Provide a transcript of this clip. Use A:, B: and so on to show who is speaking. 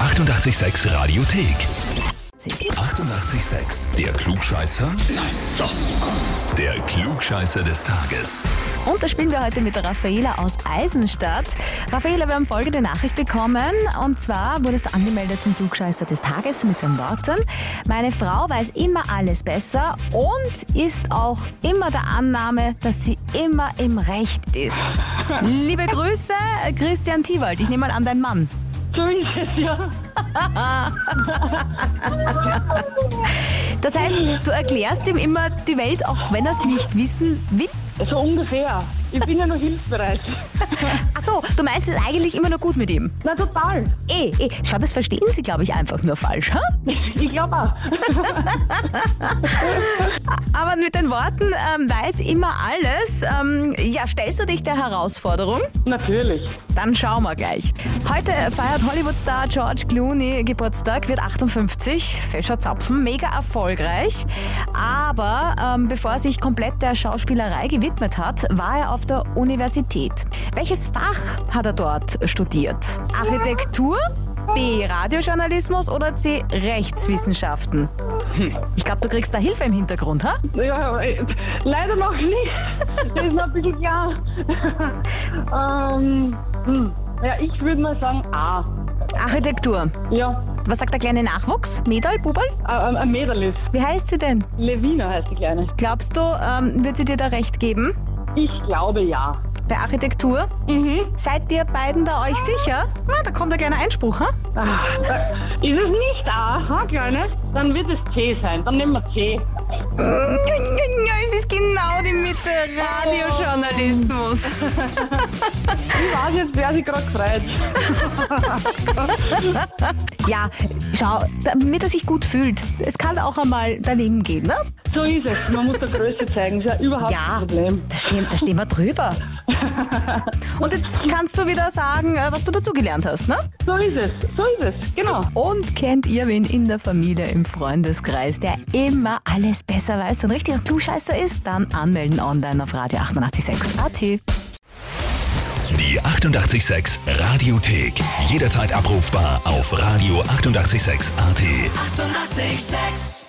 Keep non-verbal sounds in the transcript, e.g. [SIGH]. A: 886 Radiothek. 88,6. Der Klugscheißer? Nein, doch. Der Klugscheißer des Tages.
B: Und da spielen wir heute mit der Raffaela aus Eisenstadt. Raffaela, wir haben folgende Nachricht bekommen. Und zwar wurdest du angemeldet zum Klugscheißer des Tages mit den Worten: Meine Frau weiß immer alles besser und ist auch immer der Annahme, dass sie immer im Recht ist. Liebe Grüße, Christian Tiwald. Ich nehme mal an, dein Mann.
C: So ist es, [LAUGHS] ja.
B: Das heißt, du erklärst ihm immer die Welt, auch wenn er es nicht wissen will.
C: So Also ungefähr. Ich bin ja noch hilfsbereit.
B: Ach so, du meinst es eigentlich immer nur gut mit ihm.
C: Na, total.
B: Eh, eh. Schau, das verstehen sie, glaube ich, einfach nur falsch. Ha?
C: Ich glaube auch.
B: Aber mit den Worten, ähm, weiß immer alles. Ähm, ja, stellst du dich der Herausforderung?
C: Natürlich.
B: Dann schauen wir gleich. Heute feiert Hollywood-Star George Clooney Geburtstag, wird 58, fescher Zapfen, mega erfolgreich. Aber ähm, bevor er sich komplett der Schauspielerei gewidmet hat, war er auf der Universität. Welches Fach hat er dort studiert? Architektur? B. Radiojournalismus oder C. Rechtswissenschaften? Ich glaube, du kriegst da Hilfe im Hintergrund, ha?
C: Ja, äh, leider noch nicht. Das ist noch ein bisschen klar. Ähm, hm. ja, ich würde mal sagen A.
B: Architektur.
C: Ja,
B: Was sagt der kleine Nachwuchs? Medal, Bubal?
C: ein ein Mädel ist.
B: Wie heißt sie denn?
C: Levina heißt die Kleine.
B: Glaubst du, ähm, wird sie dir da recht geben?
C: Ich glaube ja.
B: Bei Architektur?
C: Mhm.
B: Seid ihr beiden da euch sicher? Na, da kommt ein kleiner Einspruch, ha?
C: Ah, äh, Ist es nicht A, ha, Kleine? Dann wird es C sein. Dann nehmen wir C.
B: Es ist genau die Mitte. Radiojournalismus.
C: Ich weiß jetzt, wer sie gerade gefreut.
B: Ja, schau, damit er sich gut fühlt. Es kann auch einmal daneben gehen, ne?
C: So ist es. Man muss der Größe zeigen. Ist ja überhaupt
B: Ja,
C: kein Problem.
B: da stehen, da stehen wir [LAUGHS] drüber. Und jetzt kannst du wieder sagen, äh, was du dazugelernt hast, ne?
C: So ist es. So ist es. Genau.
B: Und kennt ihr wen in der Familie, im Freundeskreis, der immer alles besser weiß und richtig ein Klugscheißer ist? Dann anmelden online auf radio 886 AT.
A: Die 88,6 Radiothek. Jederzeit abrufbar auf radio886.at. 88,6.
D: Eighty-eight, sex.